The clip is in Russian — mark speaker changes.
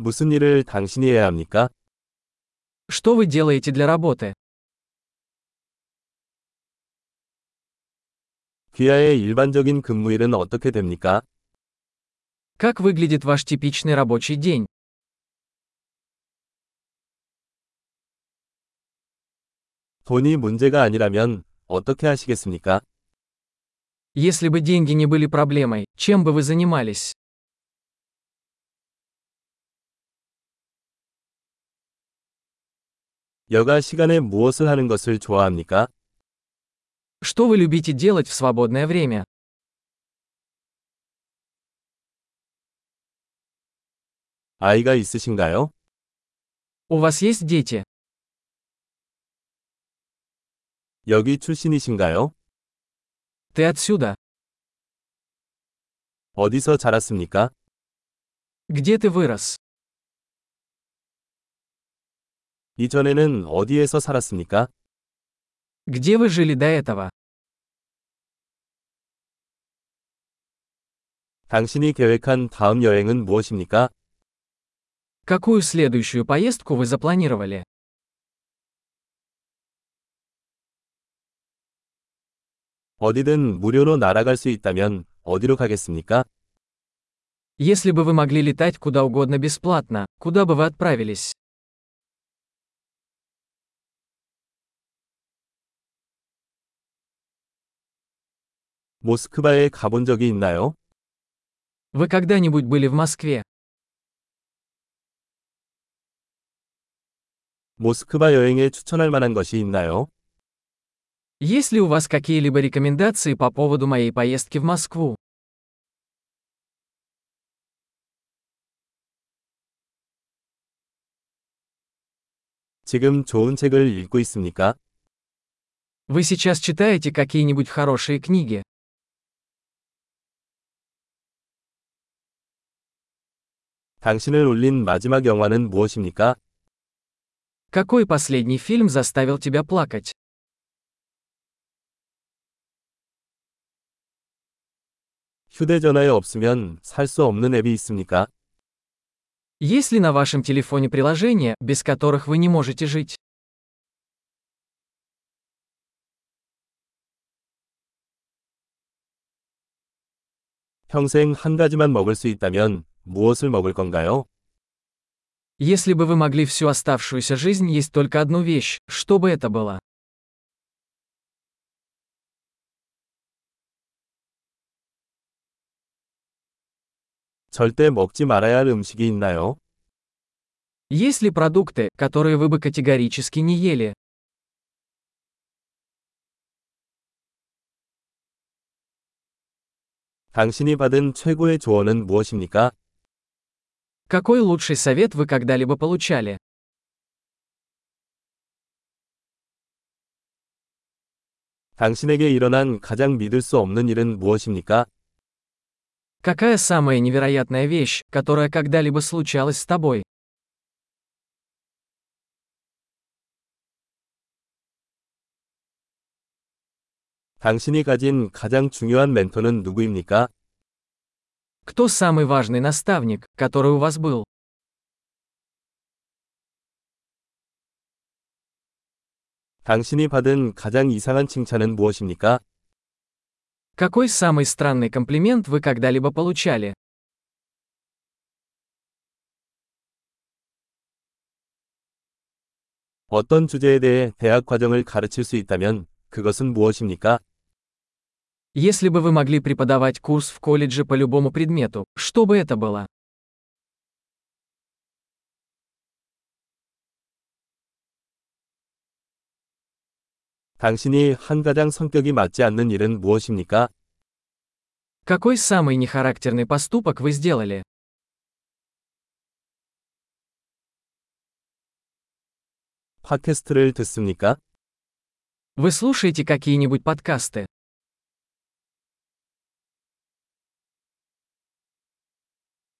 Speaker 1: 무슨 일을 당신이 해야 합니까?
Speaker 2: Что вы делаете для работы?
Speaker 1: 귀하의 일반적인 근무일은 어떻게 됩니까?
Speaker 2: Как выглядит ваш типичный рабочий день?
Speaker 1: 돈이 문제가 아니라면 어떻게 하시겠습니까?
Speaker 2: Если бы деньги не были проблемой, чем бы вы занимались?
Speaker 1: 여가 시간에 무엇을 하는 것을 좋아합니까?
Speaker 2: Что вы любите делать в свободное время?
Speaker 1: 아이가 있으신가요?
Speaker 2: У вас есть дети?
Speaker 1: 여기 출신이신가요?
Speaker 2: Ты отсюда?
Speaker 1: 어디서 자랐습니까?
Speaker 2: Где ты вырос?
Speaker 1: 이전에는 어디에서 살았습니까?
Speaker 2: Где вы жили до этого?
Speaker 1: 당신이 계획한 다음 여행은 무엇입니까?
Speaker 2: Какую следующую поездку вы запланировали?
Speaker 1: 어디든 무료로 날아갈 수 있다면 어디로 가겠습니까?
Speaker 2: Если бы вы могли летать куда угодно бесплатно, куда бы вы отправились?
Speaker 1: 모스크바에 가본 적이 있나요?
Speaker 2: Вы когда-нибудь были в Москве?
Speaker 1: 모스크바 여행에 추천할 만한 것이 있나요?
Speaker 2: Есть ли у вас какие-либо рекомендации по поводу моей поездки в Москву?
Speaker 1: 지금 좋은 책을 읽고 있습니까?
Speaker 2: Вы сейчас читаете какие-нибудь хорошие книги?
Speaker 1: 당신을 울린 마지막 영화는 무엇입니까?
Speaker 2: Какой последний фильм заставил тебя плакать?
Speaker 1: 휴대전화에 없으면 살 수 없는 앱이 있습니까?
Speaker 2: Есть ли на вашем телефоне приложения, без которых вы не можете жить?
Speaker 1: 평생 한 가지만 먹을 수 있다면 무엇을 먹을 건가요?
Speaker 2: Если бы вы могли всю оставшуюся жизнь есть только одну вещь, что бы это было?
Speaker 1: 절대 먹지 말아야 할 음식이 있나요?
Speaker 2: Есть ли продукты, которые вы бы категорически не ели?
Speaker 1: 당신이 받은 최고의 조언은 무엇입니까?
Speaker 2: Какой лучший совет вы когда-либо получали?
Speaker 1: 당신에게 일어난 가장 믿을 수 없는 일은 무엇입니까?
Speaker 2: Какая самая невероятная вещь, которая когда-либо случалась с тобой?
Speaker 1: 당신이 가진 가장 중요한 멘토는 누구입니까?
Speaker 2: Кто самый важный наставник, который у вас был?
Speaker 1: 당신이 받은 가장 이상한 칭찬은 무엇입니까?
Speaker 2: Какой самый странный комплимент вы когда-либо получали?
Speaker 1: 어떤 주제에 대해 대학 과정을 가르칠 수 있다면 그것은 무엇입니까?
Speaker 2: Если бы вы могли преподавать курс в колледже по любому предмету, что бы это было?
Speaker 1: 당신이 한 가장 성격이 맞지 않는 일은 무엇입니까?
Speaker 2: Какой самый нехарактерный поступок вы сделали?
Speaker 1: 팟캐스트를 듣습니까?
Speaker 2: Вы слушаете какие-нибудь подкасты?